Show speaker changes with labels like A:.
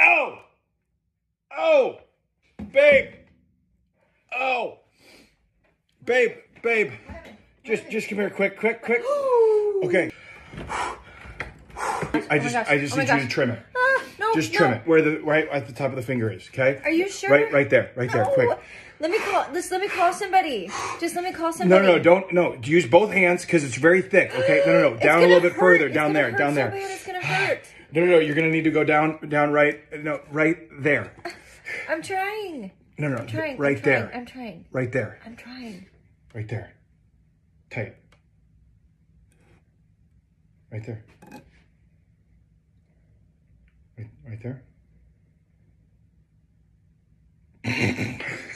A: Oh! Oh! babe, babe, just just come here, quick, quick, quick. Okay. I just
B: gosh.
A: I just
B: Oh my
A: need you to
B: gosh.
A: trim it.
B: Ah, no,
A: Just trim
B: no.
A: it where the right at the top of the finger is. Okay.
B: Are you sure?
A: Right, right there, right there,
B: No.
A: quick.
B: Let me call. Just let me call somebody. Just let me call
A: No,
B: somebody.
A: no, no, don't no. Use both hands because it's very thick. Okay. No, no, no.
B: It's
A: Down a
B: gonna
A: little bit
B: hurt.
A: further.
B: It's
A: Down
B: gonna
A: there.
B: hurt
A: Down
B: so
A: there.
B: bad, it's gonna hurt.
A: No, no, no. You're gonna need to go down, down, right. No, right there.
B: I'm trying.
A: No, no,
B: I'm trying. I'm
A: right
B: trying.
A: there.
B: I'm trying.
A: Right there.
B: I'm trying.
A: Right there. Tight. Right there. Right, right there.